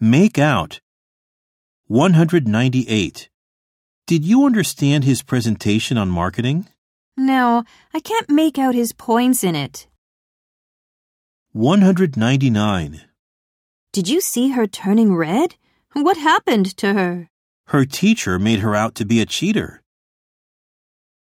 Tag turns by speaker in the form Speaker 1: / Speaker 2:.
Speaker 1: Make out. 198. Did you understand his presentation on marketing?
Speaker 2: No, I can't make out his points in it.
Speaker 1: 199.
Speaker 2: Did you see her turning red? What happened to her?
Speaker 1: Her teacher made her out to be a cheater.